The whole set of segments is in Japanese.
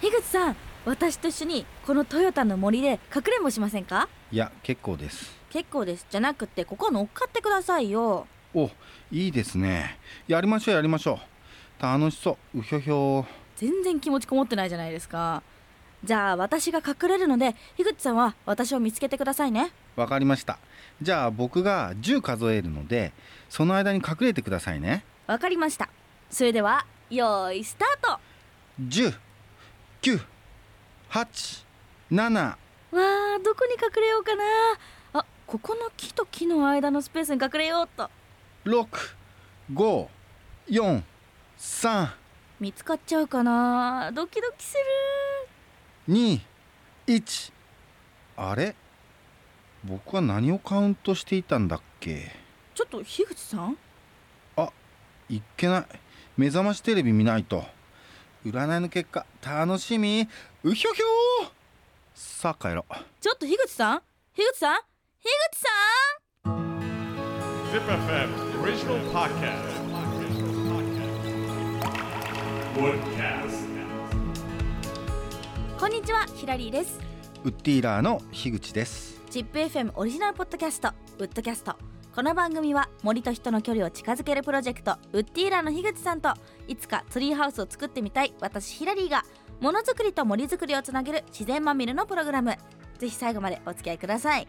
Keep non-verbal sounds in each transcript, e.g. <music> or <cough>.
樋口さん私と一緒にこのトヨタの森でかくれんぼしませんかいや結構です結構ですじゃなくてここ乗っかってくださいよおいいですねやりましょうやりましょう楽しそううひょひょ全然気持ちこもってないじゃないですかじゃあ私が隠れるので樋口さんは私を見つけてくださいねわかりましたじゃあ僕が10数えるのでその間に隠れてくださいねわかりましたそれではよーいスタート10 9 8 7わあどこに隠れようかなあここの木と木の間のスペースに隠れようっと6 5 4 3見つかっちゃうかなドキドキする2 1あれ僕は何をカウントしていたんだっけちょっと樋口さんいっけない目覚ましテレビ見ないと占いの結果楽しみうひょひょさあ帰ろうちょっと樋口さん樋口さん樋口さん Zip FM original podcast. Woodcast. こんにちはヒラリーですウッディーラーの樋口ですチップ FM オリジナルポッドキャストウッドキャストこの番組は森と人の距離を近づけるプロジェクトウッディーラーの樋口さんといつかツリーハウスを作ってみたい私ヒラリーがものづくりと森づくりをつなげる自然まみれのプログラムぜひ最後までお付き合いください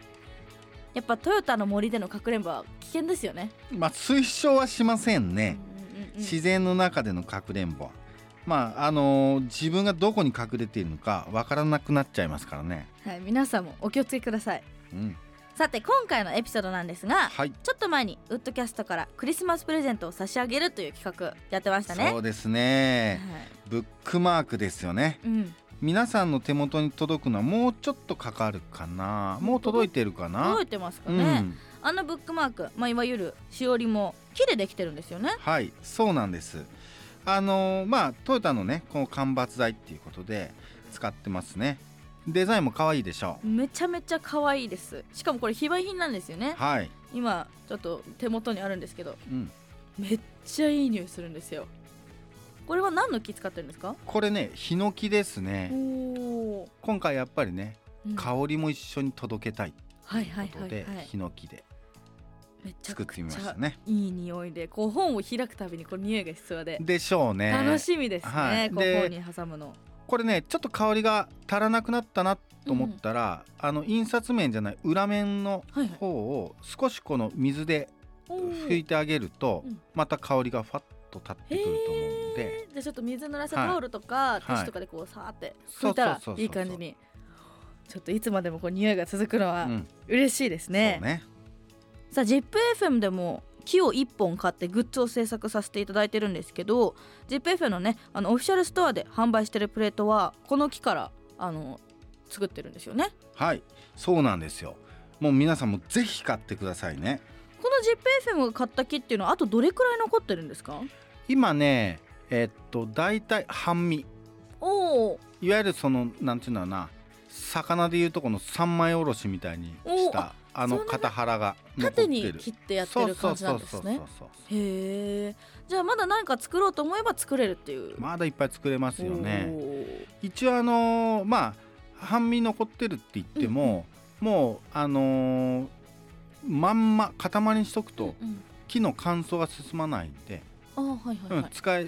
やっぱトヨタの森でのかくれんぼは危険ですよね、まあ推奨はしませんうんねうんうん自然の中でのかくれんぼはまああのー自分がどこに隠れているのかわからなくなっちゃいますからねはい、皆さんもお気をつけくださいうんさて今回のエピソードなんですがはいちょっと前にウッドキャストからクリスマスプレゼントを差し上げるという企画やってましたねそうですはいねブックマークですよねうん、皆さんの手元に届くのはもうちょっとかかるかなもう届いてるかな覚えてますかね、うん、あのブックマーク、まあ、いわゆるしおりも木でできてるんですよねはいそうなんですあのーまあトヨタのねこの間伐材っていうことで使ってますねデザインも可愛いでしょめちゃめちゃ可愛いですしかもこれ非売品なんですよねうはい、今ちょっと手元にあるんですけどうん、めっちゃいい匂いするんですよこれは何の木使ってるんですかこれねヒノキですねおおー、今回やっぱりねうん香りも一緒に届けたいはいはいというこはといではいヒノキでめちゃ作くってみまちしたゃねいい匂いでこう本を開くたびにこの匂いが必要で、でしょうね楽しみですね、はいこうで本に挟むのこれねちょっと香りが足らなくなったなと思ったら、あの印刷面じゃない裏面のはいはい方を少しこの水で拭いてあげると、うんまた香りがファッと立ってくると思うんでへーじゃあちょっと水濡らしたはいタオルとか、いティッシュとかでこうさーって拭いたらそうそうそうそういい感じにちょっといつまでもこう匂いが続くのうはん嬉しいですね,、そうねさあ ZIPFM でも木を1本買ってグッズを制作させていただいてるんですけど ZIPFM のねあのオフィシャルストアで販売してるプレートはこの木からあの作ってるんですよねはいそうなんですよもう皆さんもぜひ買ってくださいねこの ZIPFM が買った木っていうのはあとどれくらい残ってるんですか今ねえっと大体半身おおいわゆるそのなんていうのかな魚でいうとこの三枚おろしみたいにしおーたああそのんな肩腹が残って縦るに切ってやってる感じなんですねそうそうそうそうへそえじゃあまだ何か作ろうと思えば作れるっていううまだいっぱい作れますよねね一応あのーまあ半身残ってるって言っても、もうあのーまんま塊にしとくと、うん木の乾燥が進まないんで、うん、あはいはいはうん、い、使い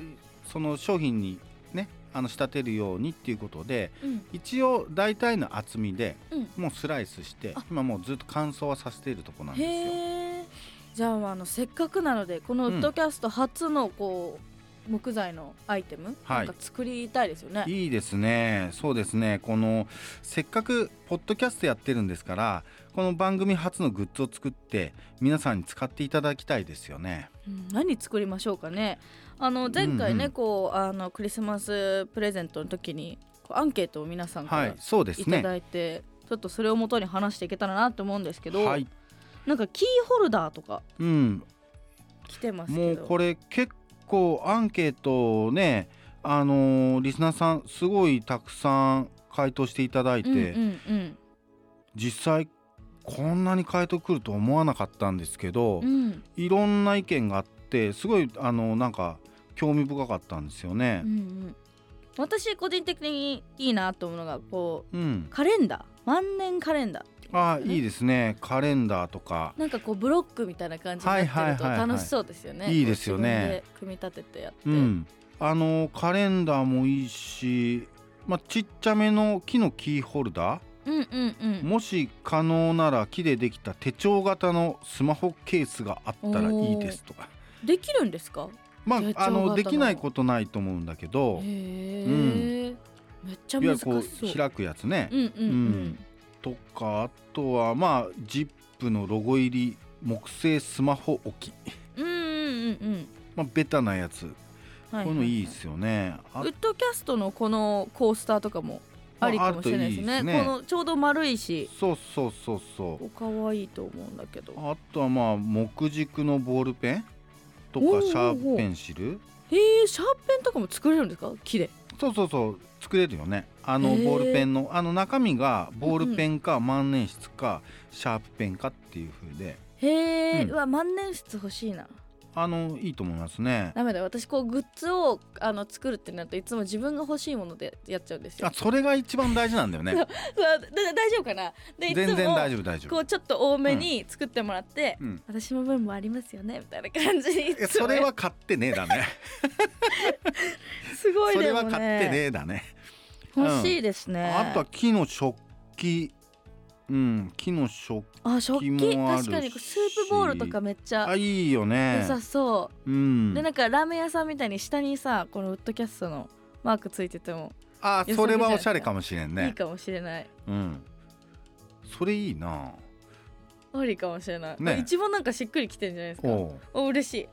その商品にねあの仕立てるようにっていうことでうん一応大体の厚みでうんもうスライスしてあ今もうずっと乾燥はさせているとこなんですよ。へえじゃああのせっかくなのでこのウッドキャスト初のこう木材のアイテム、はいなんか作りたいですよねいいですねそうですねこのせっかくポッドキャストやってるんですからこの番組初のグッズを作って皆さんに使っていただきたいですよね。うん何作りましょうかねあの前回ね、うんうんこうあのクリスマスプレゼントの時にこうアンケートを皆さんかはらいそうでいすたね。だいて、ちょっとそれをもとに話していけたらなと思うんですけど、はい、なんかキーホルダーとかうん、来てますもけうどこれ結構アンケートをねあのーリスナーさんすごいたくさん回答していただいて、うんうんうん実際こんなに回答来ると思わなかったんですけど、うんいろんな意見があってすごいあのなんか興味深かったんですよねう。ん私個人的にいいなと思うのがこうんうカレンダー万年カレンダーあねいいですねカレンダーとかなんかこうブロックみたいな感じになってはいはるいとはいはい楽しそうですよね、いいですよね自分で組み立ててやって、うんあのカレンダーもいいし、まあ、ちっちゃめの木のキーホルダーうんうんうんもし可能なら木でできた手帳型のスマホケースがあったらいいですとかできるんですかまあ手帳型あののできないことないと思うんだけへどえ、めっちゃいわゆ難るしこそうう開くやつね、うんうんうん、うんとかあとはまあジップのロゴ入り木製スマホ置き、うんうんうんうんまあ、ベタなやつこはういうのいいですよね。あウッドキャストのこのコースターとかもありかもしれないですねああるといいですねこのちょうど丸いしそうそうそうそう可愛いと思うんだけどあとはまあ木軸のボールペンとおうおうおかうシャープペンシルへえシャーペンとかも作れるんですか木でそうそうそう作れるよねあへのーボールペンのあの中身がボールペンか万年筆かシャープペンかっていう風でへえ、ううんわ万年筆欲しいなあのいいと思いますねダメだ私こうグッズをあの作るってなるといつも自分が欲しいものでやっちゃうんですよあそれが一番大事なんだよ <laughs> ねうわだ大丈夫かなでいつも全然大丈夫大丈こ夫うちょっと多めに作ってもらって、うん私の分もありますよねみたいな感じにいえつもそれは買ってねえ <laughs> だねすごいそでれもはね買ってねえだねうん欲しいですね、あとは木の食器うん木の食器あ食器食器もあるし確かにスープボールとかめっちあゃいいよね良さそう、うんでなんかラーメン屋さんみたいに下にさこのウッドキャストのマークついててもあそれはおしゃれかもしれんいいねかもしれない、うんそれいいなありかもしれない、ね一番なんかしっくりきてるんじゃないですかおうお嬉しい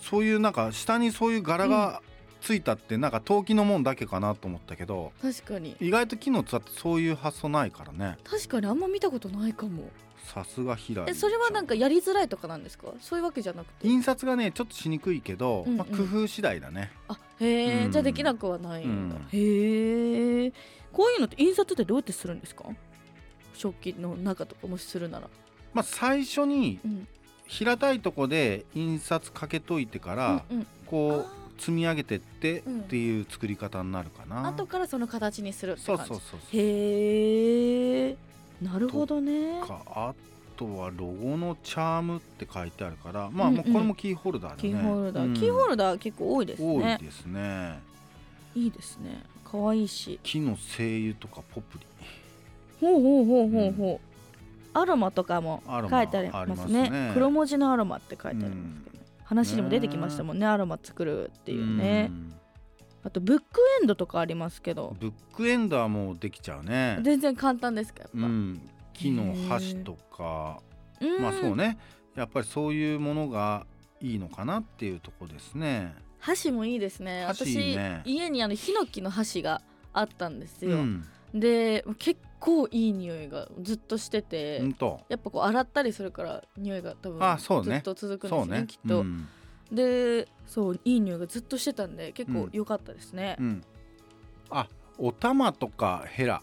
そういうなんか下にそういう柄がついたってなんか陶器のもんだけかなと思ったけど確かに意外と木の器ってそういう発想ないからね確かにあんま見たことないかもさすがひらりえそれはなんかやりづらいとかなんですかそういうわけじゃなくて印刷がねちょっとしにくいけど、うんうんまあ、工夫次第だねあへえ、うんじゃあできなくはないんだ、うんへえこういうのって印刷ってどうやってするんですか食器の中とかもしするなら、まあ最初にうん、平たいとこで印刷かけといてから、うんうんこあう積み上げてってっうんていう作り方になるかな、後からその形にするってそ感うじそうそうそうへえなるほどねかあとはロゴのチャームって書いてあるからまあうんうんもうこれもキーホルダーだねキーホルダー、うんキーホルダー結構多いです多ねいですねいいですね可愛いし木の精油とかポプリほうほうほうほうほう、アロマとかもアロ書マいてありますねありますね黒文字のアロマって書いてありますけど、話にも出てきましたもんねアロマ作るっていうね、あとブックエンドとかありますけうんどブックエンダーもできちゃうね全然簡単ですかやっうぱ、ん木の箸とかうんまあそうねやっぱりそういうものがいいのかなっていうとこですね箸もいいですね箸いいね私家にあのヒノキの箸があったんですよ、うんで結構いい匂いがずっとしてて、ほんとやっぱこう洗ったりするから匂いが多分あそうねずっと続くんでそうすねねきっと、うんでそういい匂いがずっとしてたんで結構良かったですね、うんあお玉とかヘラ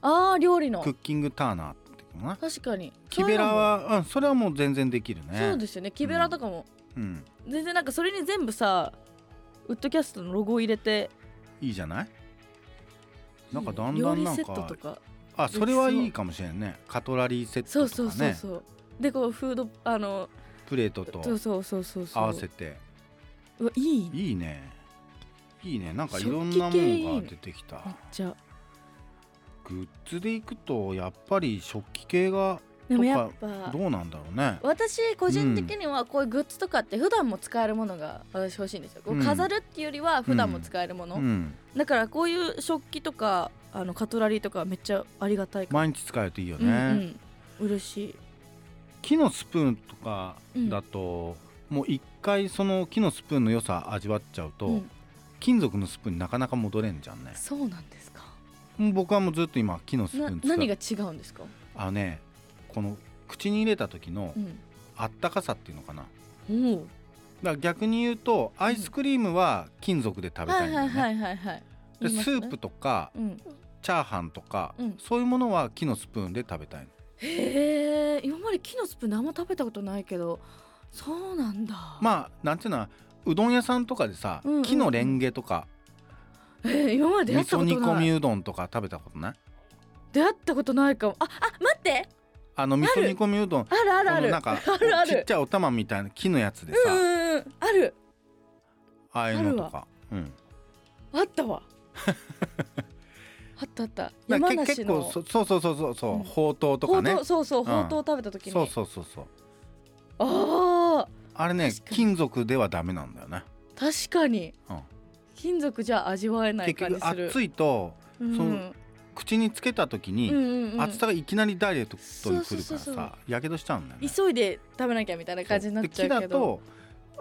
あー料理のクッキングターナーっていうのかな確かに木べらそはうんそれはもう全然できるういうのもそうねですよね木べらとかも、うん全然なんかそれに全部さウッドキャストのロゴを入れていいじゃないなんかだんだんなん料理セットとかかあそれはいいかもしれんねカトラリーセッそトうそうとかそうねそうでこうフードあのプレートそうとそうそうそうそう合わせてうわいいめっいいねいいねなんかいろんなものが出てきたちゃグッズでいくとやっぱり食器系がでもやっぱどうなんだろうね私個人的にはこういうグッズとかって普段も使えるものが私欲しいんですよ、こううん飾るっていうよりは普段も使えるもの、うんだからこういう食器とかあのカトラリーとかめっちゃありがたいか毎日使えるといいよら、うんねうん嬉しい木のスプーンとかだともう一回その木のスプーンの良さ味わっちゃううとん金属のスプーンになかなか戻れんじゃんねそうなんですかもう僕はもうずっと今木のスプーなン使何うが違うんですか、あのねこの口に入れた時のうん、あったかさっていうのかなおうだから逆に言うとアイスクリームは金属で食べはたいんいだはよいはねいはいはいで言いまスすねープとかうん、チャーハンとか、うんそういうものは木のスプーンで食べたいへえ今まで木のスプーンあんま食べたことないけどそうなんだまあなんていうのはうどん屋さんとかでさ、うんうんうん木のレンゲとかえー今まで出会味った噌こ煮と込なみいうどんとか食べたことない出会ったことないかもああ待ってあの味噌煮込みうどんあるあるあこのるなんかあるあちっるちゃいお玉みたいな木のやつでさ、うんうんうんあるああいうのとか。うん、あったわ <laughs> あったあっただから山け梨結構のそそうそうそうそうそう、うんほうとうとほかうねとうそうそうほうとうう食べた時にそうそうそうそうあああれね確かに金属ではダメなんだよね確かに、うん金属じゃ味わえない結感局じする熱いとうんその口につけた時うんに、うんうん熱さがいきなりダイレクトにくるそかうそうそうそらうさやけどしちゃうんだよね急いで食べなきゃみたいな感じになっちゃそううでけど木だと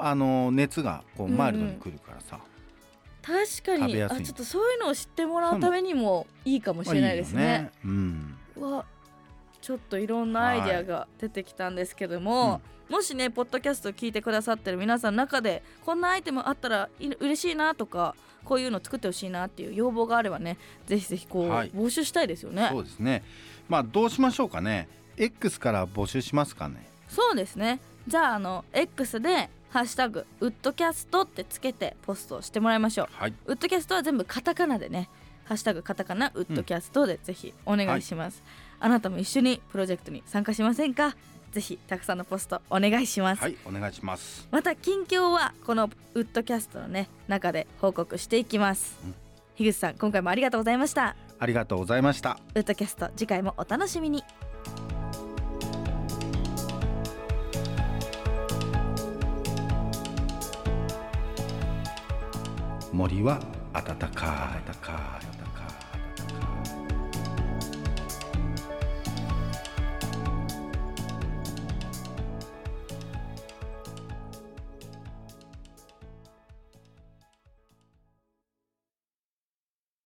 あの熱がこううんうんマイルドにくるからさ、確か食べにやあすいちょっとそういうのを知ってもらうためにもいいかもしまあれないですいいよね。ねうんうわちょっといろんなアイデアが出てきたんですけども、もしねポッドキャストを聞いてくださってる皆さんの中でこんなアイテムあったらい嬉しいなとかこういうの作ってほしいなっていう要望があればねぜひぜひこう、はい募集したいですよね。そうですねまあどうしましょうかね X から募集しますかねそうですねじゃああの X で「ハッシュタグウッドキャスト」ってつけてポストをしてもらいましょうはいウッドキャストは全部カタカナでね「ハッシュタグカタカナウッドキャスト」でぜひお願いします、あなたも一緒にプロジェクトに参加しませんかぜひたくさんのポストお願いします、はいお願いしますまた近況はこのウッドキャストのね中で報告していきます、うん樋口さん今回もありがとうございましたありがとうございましたウッドキャスト次回もお楽しみに森は暖かい暖かい